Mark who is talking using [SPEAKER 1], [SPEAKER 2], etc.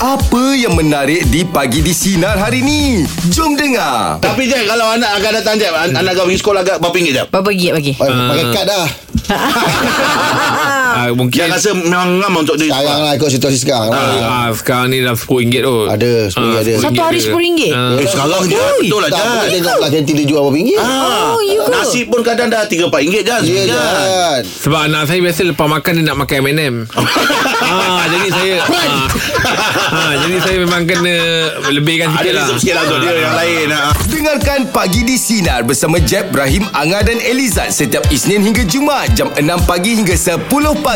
[SPEAKER 1] Apa yang menarik di pagi di sinar hari ni? Jom dengar.
[SPEAKER 2] Tapi Jack kalau anak akan datang Jack an- Anak kau pergi sekolah agak berapa ringgit Jack?
[SPEAKER 3] Berapa gig bagi?
[SPEAKER 4] Oi, Pakai kad dah
[SPEAKER 5] Ah,
[SPEAKER 2] Yang
[SPEAKER 5] mungkin
[SPEAKER 2] rasa memang ngam untuk dia
[SPEAKER 4] Sayang lah ikut situasi sekarang
[SPEAKER 5] ah, sekarang ni dah RM10 kot.
[SPEAKER 4] Ada, RM10 ada.
[SPEAKER 3] Satu hari RM10?
[SPEAKER 5] Ah.
[SPEAKER 2] Eh sekarang je Betul lah
[SPEAKER 4] Tak
[SPEAKER 2] Jack
[SPEAKER 4] apa tengok lah Kantin dia jual berapa ringgit
[SPEAKER 2] Ah,
[SPEAKER 3] Oh, you good.
[SPEAKER 2] Nasi pun kadang dah RM3-4 ringgit Jack
[SPEAKER 4] Ya
[SPEAKER 2] Jack
[SPEAKER 4] kan
[SPEAKER 5] Sebab anak saya biasa lepas makan dia nak makan M&M. ah, jadi saya ah, ah, jadi saya memang kena lebihkan
[SPEAKER 2] Ada
[SPEAKER 5] sikit lah.
[SPEAKER 2] reserve sikit lah untuk dia yang lain ah.
[SPEAKER 1] Dengarkan Pagi di Sinar bersama Jeb, Ibrahim, Anga dan Elizad setiap Isnin hingga Jumaat jam 6 pagi hingga 10